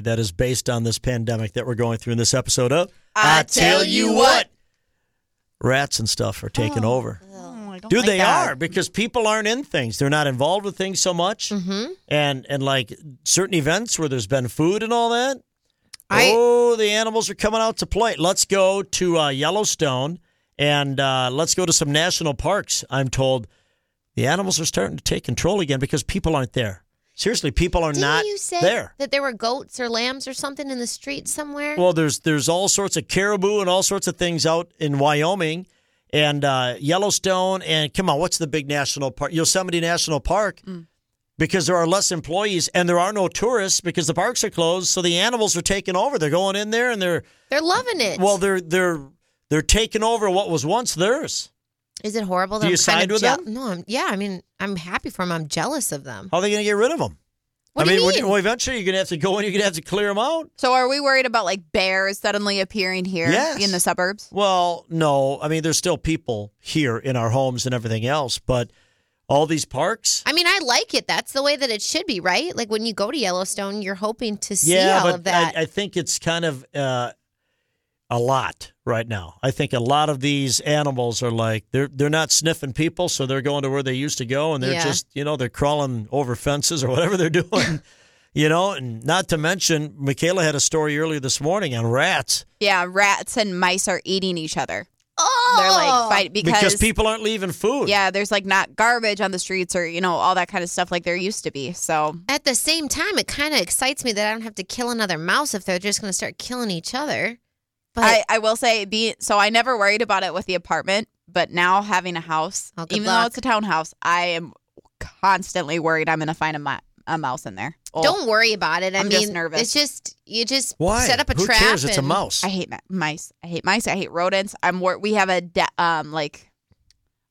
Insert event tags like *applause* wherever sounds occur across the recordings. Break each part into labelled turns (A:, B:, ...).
A: that is based on this pandemic that we're going through in this episode of.
B: I tell you what.
A: Rats and stuff are taking over.
B: Oh, I don't
A: Dude,
B: like
A: they
B: that.
A: are because people aren't in things. They're not involved with things so much, mm-hmm. and and like certain events where there's been food and all that.
B: I-
A: oh, the animals are coming out to play. Let's go to uh, Yellowstone and uh, let's go to some national parks. I'm told the animals are starting to take control again because people aren't there. Seriously, people are
C: Didn't
A: not
C: you say
A: there.
C: that there were goats or lambs or something in the street somewhere?
A: Well, there's there's all sorts of caribou and all sorts of things out in Wyoming and uh, Yellowstone and come on, what's the big national park? Yosemite National Park.
C: Mm.
A: Because there are less employees and there are no tourists because the parks are closed, so the animals are taking over. They're going in there and they're
C: They're loving it.
A: well, they're they're they're taking over what was once theirs.
C: is it horrible? That
A: Do you
C: I'm kind
A: side
C: of
A: with
C: je-
A: them?
C: No, I'm, yeah. I mean, I'm happy for them. I'm jealous of them.
A: How are they going to get rid of them?
C: What
A: I
C: do
A: mean,
C: you
A: when-
C: mean?
A: well, eventually you're going to have to go in. You're going to have to clear them out.
B: So are we worried about like bears suddenly appearing here
A: Yes.
B: in the suburbs?
A: Well, no. I mean, there's still people here in our homes and everything else, but all these parks.
C: I mean, I like it. That's the way that it should be, right? Like when you go to Yellowstone, you're hoping to see
A: yeah,
C: all
A: but
C: of that.
A: I, I think it's kind of uh, a lot right now. I think a lot of these animals are like they're they're not sniffing people, so they're going to where they used to go, and they're
C: Yeah.
A: just you know they're crawling over fences or whatever they're *laughs* doing. You know, and not to mention, Michaela had a story earlier this morning on rats
B: Yeah, rats and mice are eating each other.
C: oh,
B: They're like fight because,
A: because, people aren't leaving food.
B: Yeah, there's like not garbage on the streets or you know all that kind of stuff like there used to be. So
C: At the same time, it kind of excites me that I don't have to kill another mouse if they're just going to start killing each other. But
B: I, I will say be so I never worried about it with the apartment, but now having a house,
C: Oh, good
B: even though
C: luck.
B: it's a townhouse, I am constantly worried I'm going to find a, mi- a mouse in there. Oh,
C: don't worry about it. I
B: I'm
C: mean,
B: just nervous.
C: it's just you just
A: Why?
C: set up a
A: Who
C: trap.
A: cares? It's a
C: and-
A: mouse.
B: I hate ma- mice. I hate mice. I hate rodents. I'm wor- we have a de- um like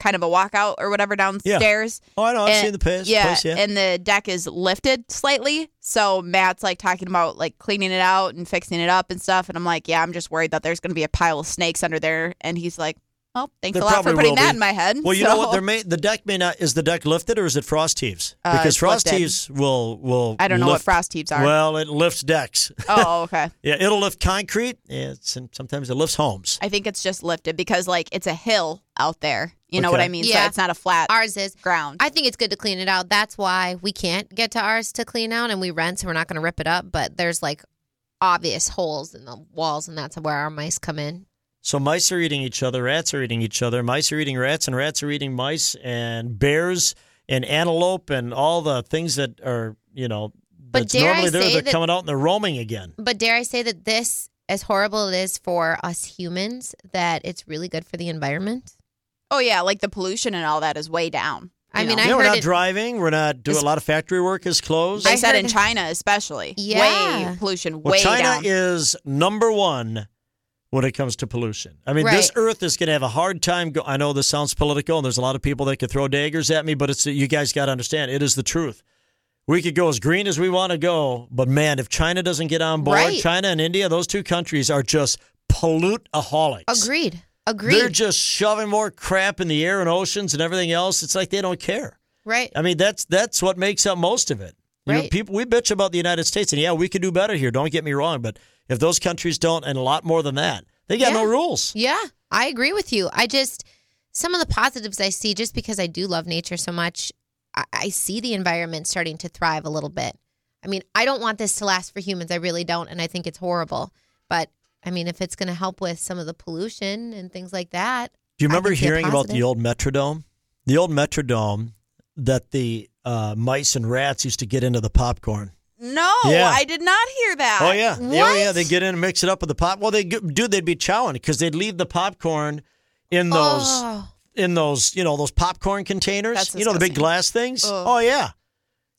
B: kind of a walkout or whatever downstairs.
A: oh, I know. I've
B: And-
A: seen the place.
B: yeah,
A: place, yeah.
B: and the deck is lifted slightly. So Matt's like talking about like cleaning it out and fixing it up and stuff. And I'm like, yeah, I'm just worried that there's going to be a pile of snakes under there. And he's like, well, thanks
A: There
B: a lot for
A: probably
B: putting
A: will
B: that
A: be.
B: in my head.
A: Well, you
B: So-
A: know what? There may the deck may not is the deck lifted or is it frost heaves?
B: Uh,
A: Because
B: it's
A: frost
B: lifted.
A: heaves will will.
B: *laughs* I don't know what
A: lift-
B: frost heaves are.
A: Well, it lifts decks. *laughs*
B: oh, okay.
A: yeah, it'll lift concrete. Yeah, it's, and sometimes it lifts homes.
B: I think it's just lifted because like it's a hill out there. You know what
A: Okay.
B: I mean? So
C: Yeah.
B: it's not a flat
C: Ours is
B: ground.
C: I think it's good to clean it out. That's why we can't get to ours to clean out and we rent, so we're not going to rip it up. But there's like obvious holes in the walls, and that's where our mice come in.
A: So mice are eating each other. Rats are eating each other. Mice are eating rats, and rats are eating mice and bears and antelope and all the things that are you know.
C: But
A: that's
C: dare I
A: normally there,
C: say
A: they're
C: that-
A: coming out and they're roaming again.
C: But dare I say that this, as horrible it is for us humans, that it's really good for the environment?
B: oh yeah, like the pollution and all that is way down.
C: I
B: you
C: mean,
B: know?
C: I
A: yeah, we're
C: heard
A: not
C: it-
A: driving. We're not doing a
C: It's-
A: lot of factory work is closed.
B: They
C: I
B: said in
C: heard-
B: China, especially.
C: Yeah.
B: Way pollution,
A: Well,
B: way
A: China
B: down.
A: is number one when it comes to pollution. I mean, this
C: Right.
A: Earth is going to have a hard time. Go- I know this sounds political, and there's a lot of people that could throw daggers at me, but it's you guys got to understand it is the truth. We could go as green as we want to go, but man, if China doesn't get on board,
C: Right.
A: China and India, those two countries are just polluteaholics.
C: Agreed. Agreed.
A: They're just shoving more crap in the air and oceans and everything else. It's like they don't care.
C: right.
A: I mean, that's that's what makes up most of it. You know,
C: Right.
A: people we bitch about the United States, and yeah, we could do better here. Don't get me wrong, but if those countries don't, and a lot more than that, they got no
C: Yeah.
A: rules.
C: Yeah, I agree with you. I just some of the positives I see just because I do love nature so much, I, I see the environment starting to thrive a little bit. I mean, I don't want this to last for humans. I really don't, and I think it's horrible. But I mean, if it's going to help with some of the pollution and things like that,
A: Do you
C: I
A: remember
C: can see a
A: hearing about the
C: positive.
A: old Metrodome? The old Metrodome that the uh, mice and rats used to get into the popcorn.
B: no,
A: Yeah.
B: I did not hear that.
A: Oh yeah, oh yeah,
C: Uh, What?
A: they get in and mix it up with the pop. Well, they dude, they'd be chowing because they'd leave the popcorn in those
C: oh,
A: in those, you know, those popcorn containers.
B: That's
A: you know, the big
B: disgusting.
A: glass things.
B: Ugh.
A: Oh yeah.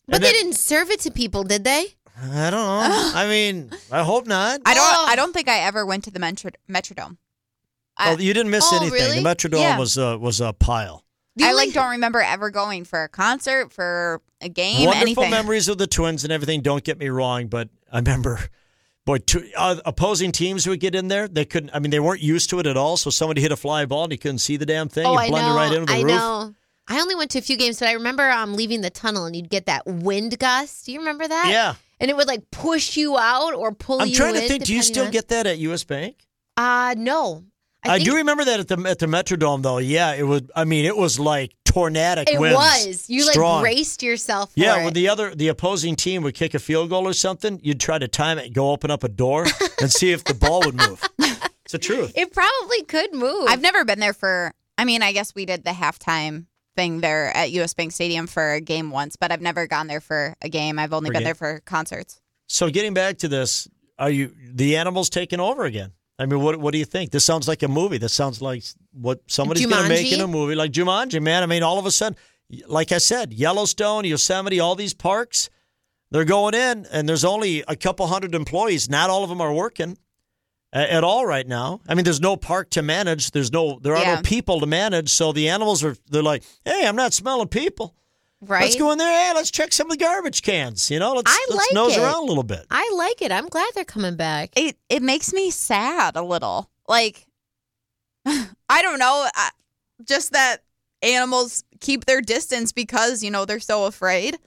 C: But
A: And
C: they
A: then-
C: didn't serve it to people, did they?
A: I don't
C: *laughs*
A: know. I mean, I hope not.
B: I don't.
C: Oh.
B: I don't think I ever went to the Metro, Metrodome. I-
A: Oh, you didn't miss
C: Oh,
A: anything.
C: really?
A: The Metrodome
B: Yeah.
A: was uh, was a pile.
C: The
B: I
C: only-
B: like don't remember ever going for a concert, for a game,
A: Wonderful
B: anything.
A: memories of the twins and everything. Don't get me wrong, but I remember, boy, two, uh, opposing teams would get in there. They couldn't. I mean, they weren't used to it at all. So somebody hit a fly ball and you couldn't see the damn thing.
C: Oh,
A: You
C: I
A: blended
C: know.
A: right into the
C: I
A: roof.
C: know. I only went to a few games, but I remember um, leaving the tunnel and you'd get that wind gust. Do you remember that?
A: Yeah.
C: And it would like push you out or pull
A: I'm
C: you
A: trying
C: in,
A: to think. Do you
C: depending
A: still
C: on-
A: get that at U.S. Bank?
C: Uh, no.
A: I,
C: think
A: do remember that at the at the Metrodome though. Yeah, it was. I mean, it was like tornadic
C: It
A: winds.
C: was. You like
A: Strong.
C: braced yourself for
A: Yeah,
C: it.
A: when the other the opposing team would kick a field goal or something, you'd try to time it, go open up a
C: *laughs*
A: door, and see if the ball would move. It's the truth.
C: it probably could move.
B: I've never been there for. I mean, I guess we did the halftime thing there at U.S. Bank Stadium for a game once, but I've never gone there for a game. I've only
A: For a
B: been
A: game.
B: there for concerts.
A: So getting back to this, are you the animals taking over again? I mean, what what do you think? This sounds like a movie. This sounds like what somebody's going to make
C: Jumanji?
A: in a movie, like Jumanji. Man, I mean, all of a sudden, like I said, Yellowstone, Yosemite, all these parks, they're going in, and there's only a couple hundred employees. Not all of them are working a- at all right now. I mean, there's no park to manage. There's no there are
B: Yeah.
A: no people to manage. So the animals are they're like, hey, I'm not smelling people.
C: right?
A: Let's go in there. Hey, let's check some of the garbage cans. You know, let's
C: I
A: let's
C: like
A: nose
C: it.
A: around a little bit.
C: I like it. I'm glad they're coming back.
B: It it makes me sad a little. Like, *laughs* I don't know. I, just that animals keep their distance because you know they're so afraid,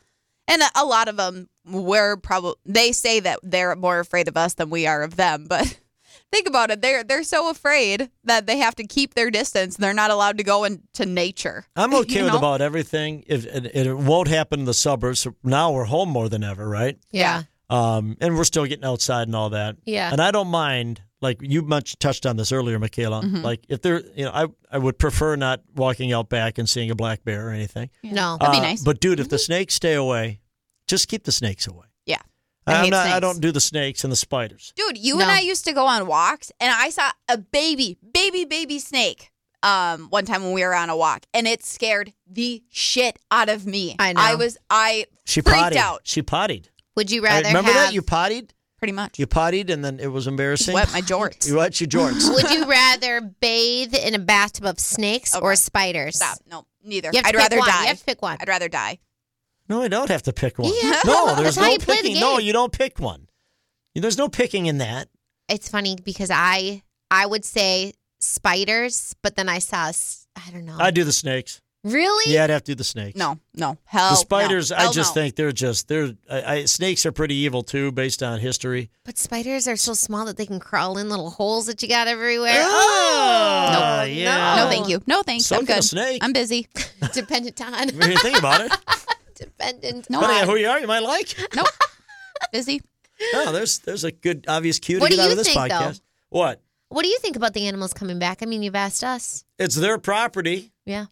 B: and a, a lot of them were probably they say that they're more afraid of us than we are of them, but. *laughs* Think about it. They're they're so afraid that they have to keep their distance. They're not allowed to go into nature.
A: I'm
B: *laughs* Eh, You
A: okay with
B: know?
A: about everything. If it, it won't happen in the suburbs, now we're home more than ever, right?
C: Yeah.
A: Um, and we're still getting outside and all that.
C: Yeah.
A: And I don't mind. Like you much touched on this earlier, Michaela.
B: Mm-hmm.
A: Like if there, you know, I I would prefer not walking out back and seeing a black bear or anything.
C: No.
B: That'd be
A: Uh,
B: nice. Mm-hmm.
A: But dude, if the snakes stay away, just keep the snakes away.
B: Yeah. I
A: I am
B: hate
A: not. I
B: snakes.
A: don't do the snakes and the spiders.
B: Dude, you
C: No.
B: and I used to go on walks, and I saw a baby, baby, baby snake um, one time when we were on a walk, and it scared the shit out of me.
C: I know.
B: I was, I
A: She
B: freaked
A: potted.
B: out
A: She pottied.
C: Would you
A: I
C: rather
A: remember
C: have?
A: that you pottied.
B: pretty much.
A: You pottied, and then it was embarrassing.
B: Wet
C: *laughs*
B: my jorts.
A: You wet your
B: *laughs*
A: jorts.
C: *laughs* would you rather bathe in a bathtub of snakes or
B: Okay.
C: spiders?
B: Stop. No, neither.
C: You have to
B: I'd
C: pick
B: rather
C: one.
B: die.
C: You have to pick one.
B: I'd rather die.
A: No, I don't have to pick one.
C: Yeah.
A: No,
C: *laughs* That's
A: there's
C: how
A: no
C: you play the
A: picking. No,
C: game.
A: you don't pick one. There's no picking in that.
C: It's funny because I I would say spiders, but then I saw a s- I don't know.
A: I'd do the snakes.
C: really?
A: Yeah, I'd have to do the snakes.
B: No,
C: Oh,
B: no. Hell.
A: The
B: no.
A: spiders, I
B: Hell
A: just
B: no.
A: think they're just they're I, I, snakes are pretty evil too, based on history.
C: But spiders are so small that they can crawl in little holes that you got everywhere.
A: Ah,
C: Oh,
A: yeah.
B: No, thank you. No, thanks.
A: So
B: I'm
A: can a
B: good.
A: snake.
B: I'm busy.
C: *laughs* Dependent on.
A: I mean, you think about
C: *laughs*
A: it.
C: Dependent
B: No,
C: on.
A: Depending on who you are, you might like.
B: Nope. busy.
A: No, there's there's a good obvious cue to
C: What do
A: get out
C: you
A: of this
C: think, though?
A: podcast. What?
C: What do you think about the animals coming back? I mean, you've asked us.
A: It's their property.
C: Yeah.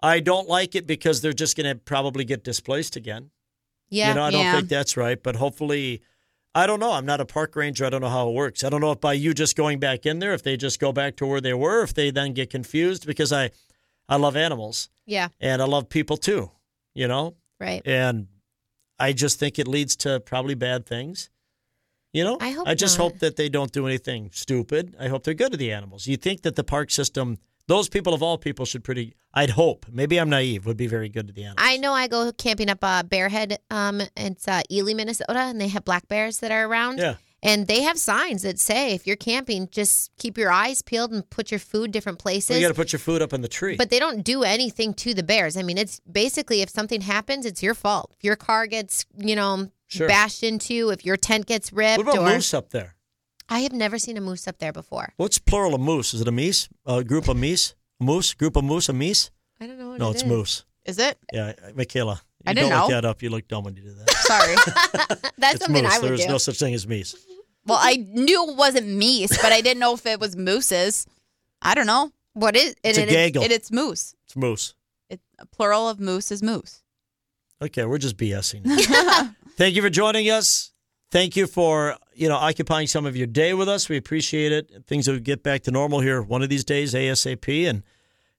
A: I don't like it because they're just going to probably get displaced again.
C: Yeah.
A: You know, I don't
B: Yeah.
A: think that's right, but hopefully, I don't know. I'm not a park ranger. I don't know how it works. I don't know if by you just going back in there, if they just go back to where they were, if they then get confused because I, I love animals
C: yeah.
A: and I love people too, you know,
C: Right.
A: and I just think it leads to probably bad things. You know,
C: I hope
A: I just
C: not.
A: hope that they don't do anything stupid. I hope they're good to the animals. You think that the park system, those people of all people should pretty, I'd hope, maybe I'm naive, would be very good to the animals.
C: I know I go camping up uh, Bearhead. Um, it's uh, Ely, Minnesota, and they have black bears that are around.
A: Yeah.
C: And they have signs that say if you're camping, just keep your eyes peeled and put your food different places.
A: you got to put your food up in the tree.
C: But they don't do anything to the bears. I mean, it's basically if something happens, it's your fault. If your car gets, you know,
A: Sure.
C: bashed into, if your tent gets ripped,
A: what about
C: or
A: moose up there?
C: I have never seen a moose up there before.
A: What's plural of moose? Is it a meese? A group of meese? Moose? Group of moose? A meese?
C: I don't know. What
A: No,
C: it
A: it's
C: is.
A: moose.
B: Is it?
A: Yeah, Michaela. You
B: I didn't
A: don't look
B: know.
A: that up. You look dumb when you do that.
C: *laughs*
B: Sorry.
C: That's
A: it's
C: something
A: moose.
C: I would
A: There's
C: do.
A: no such thing as meese.
B: well, I knew it wasn't meese, but I didn't know if it was mooses. I don't know.
C: What is it?
A: It's a
C: it is-
A: gaggle.
B: It, it's moose.
A: It's moose.
B: It, plural of moose is moose.
A: Okay, we're just BSing. now. Thank you for joining us. Thank you for you know occupying some of your day with us. We appreciate it. Things will get back to normal here one of these days, ASAP, and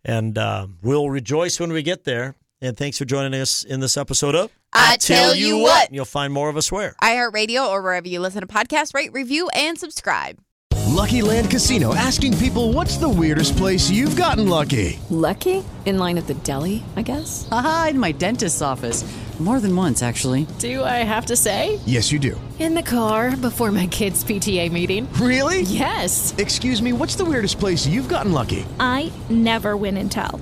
A: And uh, we'll rejoice when we get there. And thanks for joining us in this episode of
B: I Tell You What.
A: And You'll find more of us where?
B: iHeartRadio or wherever you listen to podcasts, rate, review, and subscribe.
D: Lucky Land Casino asking people what's the weirdest place you've gotten lucky?
E: Lucky? In line at the deli, I guess?
F: Haha, in my dentist's office. More than once, actually.
G: Do I have to say?
D: Yes, you do.
E: In the car before my kids' PTA meeting.
D: Really?
G: Yes.
D: Excuse me, what's the weirdest place you've gotten lucky?
H: I never win and tell.